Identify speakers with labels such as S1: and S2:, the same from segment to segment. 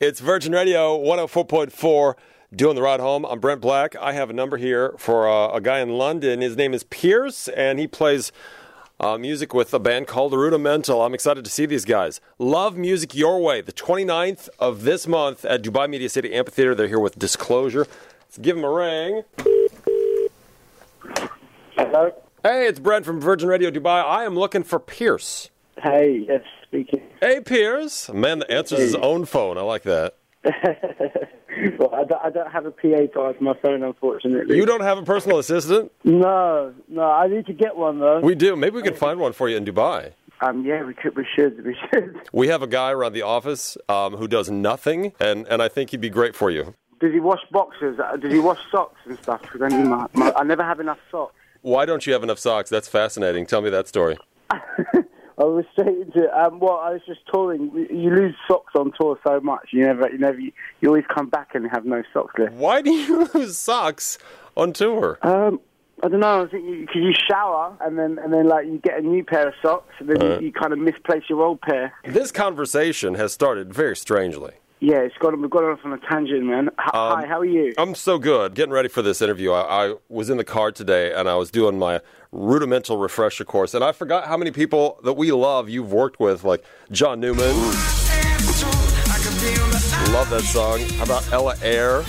S1: It's Virgin Radio 104.4, doing the ride home. I'm Brent Black. I have a number here for uh, a guy in London. His name is Pierce, and he plays uh, music with a band called Rudimental. I'm excited to see these guys. Love Music Your Way, the 29th of this month at Dubai Media City Amphitheater. They're here with Disclosure. Let's give them a ring.
S2: Hello.
S1: Hey, it's Brent from Virgin Radio Dubai. I am looking for Pierce.
S2: Hey, yes, speaking.
S1: Hey, Pierce. A man that answers his own phone. I like that.
S2: Well, I don't, I don't have a PA guy for my phone, unfortunately.
S1: You don't have a personal assistant?
S2: No, no. I need to get one though.
S1: We do. Maybe we can find one for you in Dubai.
S2: um, yeah, we could, we should, we should.
S1: We have a guy around the office um, who does nothing, and, and I think he'd be great for you.
S2: Did he wash boxes? Uh, Did he wash socks and stuff? Because I need my, my, I never have enough socks.
S1: Why don't you have enough socks? That's fascinating. Tell me that story.
S2: I was straight into it. Um, well, I was just touring. You lose socks on tour so much. You never, you never, you always come back and have no socks left.
S1: Why do you lose socks on tour?
S2: Um, I don't know. I think you, 'cause you shower and then and then like you get a new pair of socks and then you, you kind of misplace your old pair.
S1: This conversation has started very strangely.
S2: Yeah, it's gone. We've gone off on a tangent, man. H-
S1: Um,
S2: Hi, how are you?
S1: I'm so good. Getting ready for this interview, I, I was in the car today and I was doing my rudimental refresher course, and I forgot how many people that we love you've worked with, like John Newman. Love that song. How about Ella Air?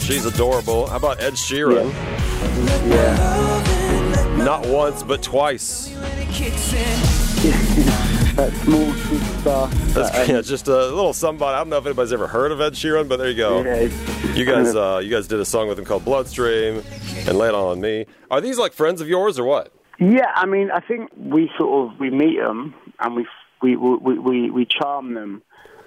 S1: She's adorable. How about Ed Sheeran? Not once, but twice.
S2: That small superstar.
S1: That's yeah, just a little somebody. I don't know if anybody's ever heard of Ed Sheeran, but there you go.
S2: Yeah,
S1: Oh. You guys, uh, you guys did a song with him called Bloodstream and Lay It On Me. Are these like friends of yours or what?
S2: yeah. I mean, I think we sort of we meet them and we we we we, we charm them.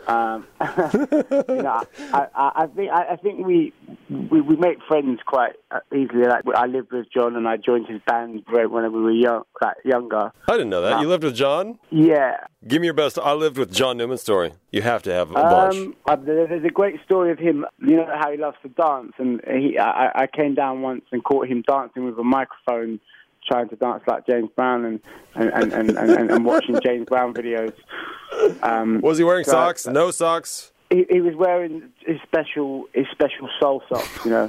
S2: Um, you know, I, I, I think I, I think we, we we make friends quite uh, easily. Like I lived with John and I joined his band right when we were young, like younger.
S1: I didn't know that. You lived with John?
S2: Yeah,
S1: Give me your best. I lived with John Newman story. You have to have a bunch.
S2: Um, uh, there- there's a great story of him. You know how he loves to dance, and he, I, I came down once and caught him dancing with a microphone, trying to dance like James Brown and and and, and, and, and, and watching James Brown videos. Um,
S1: Was he wearing
S2: so-
S1: socks? No socks.
S2: He, he was wearing his special his special soul socks, you know.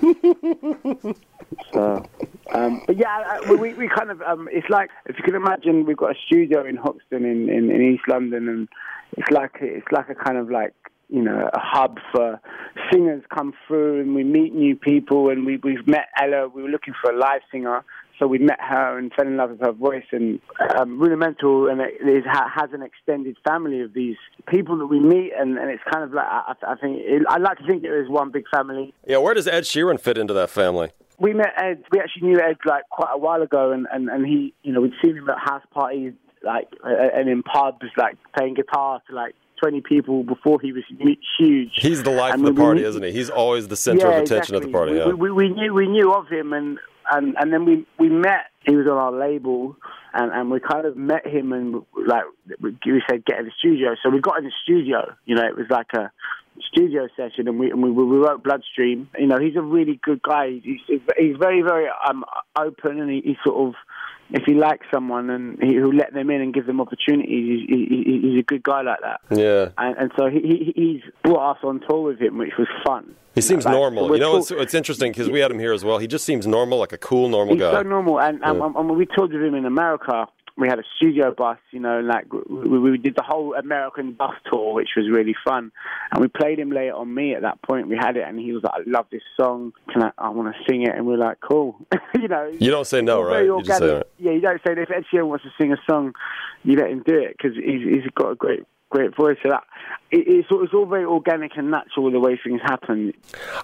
S2: so, um, but yeah, I, I- we we kind of um, it's like if you can imagine, we've got a studio in Hoxton in, in, in East London, and it's like it's like a kind of like you know a hub for singers come through, and we meet new people, and we we've met Ella. We were looking for a live singer. So we met her and fell in love with her voice. And um, Rudimental and it is, ha, has an extended family of these people that we meet, and, and it's kind of like I, I I think it, I like to think it is one big family.
S1: Yeah, where does Ed Sheeran fit into that family?
S2: We met Ed. We actually knew Ed like quite a while ago, and, and, and he, you know, we'd seen him at house parties, like uh, and in pubs, like playing guitar to like twenty people before he was hu- huge.
S1: He's the life
S2: And
S1: of
S2: we-
S1: the party,
S2: we-
S1: isn't he? He's always the center of attention
S2: exactly.
S1: at the party.
S2: We,
S1: yeah.
S2: we, we knew we knew of him, and and, and then we, we met. He was on our label, and, and we kind of met him, and like we we said, get in the studio. So we got in the studio. You know, it was like a studio session, and we and we, we wrote Bloodstream. You know, he's a really good guy. He's he's very very um open, and he, he sort of. If he likes someone and he, he'll let them in and give them opportunities, he's, he, he- he's a good guy like that.
S1: yeah.
S2: And, and so he, he, he's brought us on tour with him, which was fun.
S1: He seems
S2: Like,
S1: normal.
S2: we're
S1: You know,
S2: talk-
S1: it's, it's interesting because we had him here as well. He just seems normal, like a cool, normal
S2: he's
S1: guy.
S2: so normal. And, and, and when we toured with him in America, we had a studio bus, you know, and, like we, we did the whole American bus tour, which was really fun. And we played him Lay It On Me at that point. We had it, and he was like, I love this song. Can I, I want to sing it. And we are like, cool. you know,
S1: you don't say no, Oh,
S2: all
S1: right?
S2: very
S1: You just say, all
S2: organic.
S1: right.
S2: Yeah, you don't say that. If Ed Sheeran wants to sing a song, you let him do it because he's, he's got a great, great voice. So that it, it's, all- it's all very organic and natural the way things happen.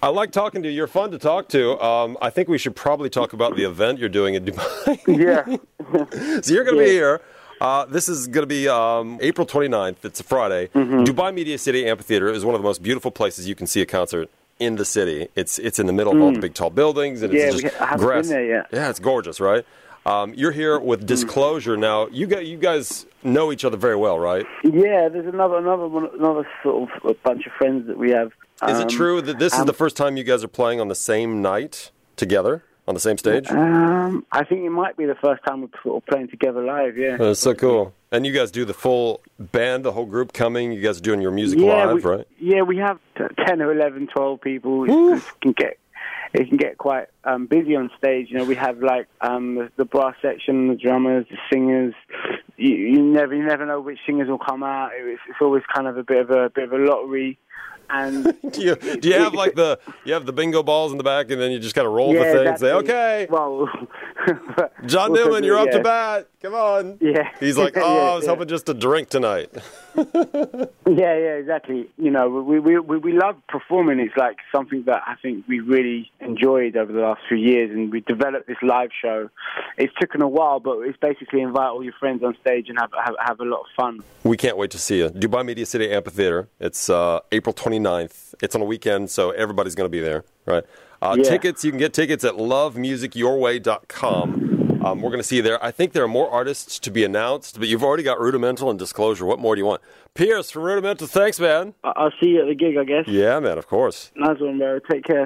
S1: I like talking to you. You're fun to talk to. Um, I think we should probably talk about the event you're doing in Dubai.
S2: Yeah.
S1: so you're going to be
S2: Yeah.
S1: here. Uh, this is going to be um, April 29th. It's a Friday.
S2: Mm-hmm.
S1: Dubai Media City Amphitheater is one of the most beautiful places you can see a concert in the city. It's it's in the middle of all the big tall buildings and
S2: Mm. Yeah,
S1: it's
S2: we
S1: just
S2: ha- I haven't
S1: grass.
S2: been there yet. Mm.
S1: Yeah, it's gorgeous, right? Um, you're here with Disclosure now. You got you guys know each other very well, right?
S2: Yeah, there's another another one, another sort of a bunch of friends that we have.
S1: Is it
S2: Um,
S1: true that this is the first time you guys are playing on the same night together? on the same stage?
S2: Um, I think it might be the first time we're sort of playing together live. Yeah.
S1: That's so cool. And you guys do the full band, the whole group coming. You guys are doing your music
S2: yeah,
S1: live,
S2: we,
S1: right?
S2: Yeah, we have t- ten or 11, 12 people. It
S1: Oof.
S2: can get it can get quite um, busy on stage. You know, we have like um, the, the brass section, the drummers, the singers. You, you never you never know which singers will come out. It's, it's always kind of a bit of a bit of a lottery. And
S1: Do you, do you have like the you have the bingo balls in the back, and then you just kind of roll the
S2: yeah,
S1: thing and
S2: that's
S1: say,
S2: it.
S1: eh? "Okay,
S2: Well, but
S1: John
S2: also
S1: Newman,
S2: the-
S1: you're up to
S2: yeah.
S1: bat. Come on."
S2: Yeah.
S1: He's like, "Oh,
S2: Yeah,
S1: I was
S2: yeah.
S1: hoping just to drink tonight."
S2: Yeah, yeah, exactly. You know, we we we, we love performing. It's like something that I think we really enjoyed over the last few years, and we developed this live show. It's taken a while, but it's basically invite all your friends on stage and have have, have a lot of fun.
S1: We can't wait to see you. Dubai Media City Amphitheater. It's uh, April 29th. It's on a weekend, so everybody's going to be there, right? Uh,
S2: Yeah.
S1: Tickets, you can get tickets at lovemusicyourway.com. Um, we're going to see you there. I think there are more artists to be announced, but you've already got Rudimental and Disclosure. What more do you want? Pierce from Rudimental, thanks, man.
S2: I- I'll see you at the gig, I guess.
S1: Yeah, man, of course.
S2: Nice one, bro. Take care.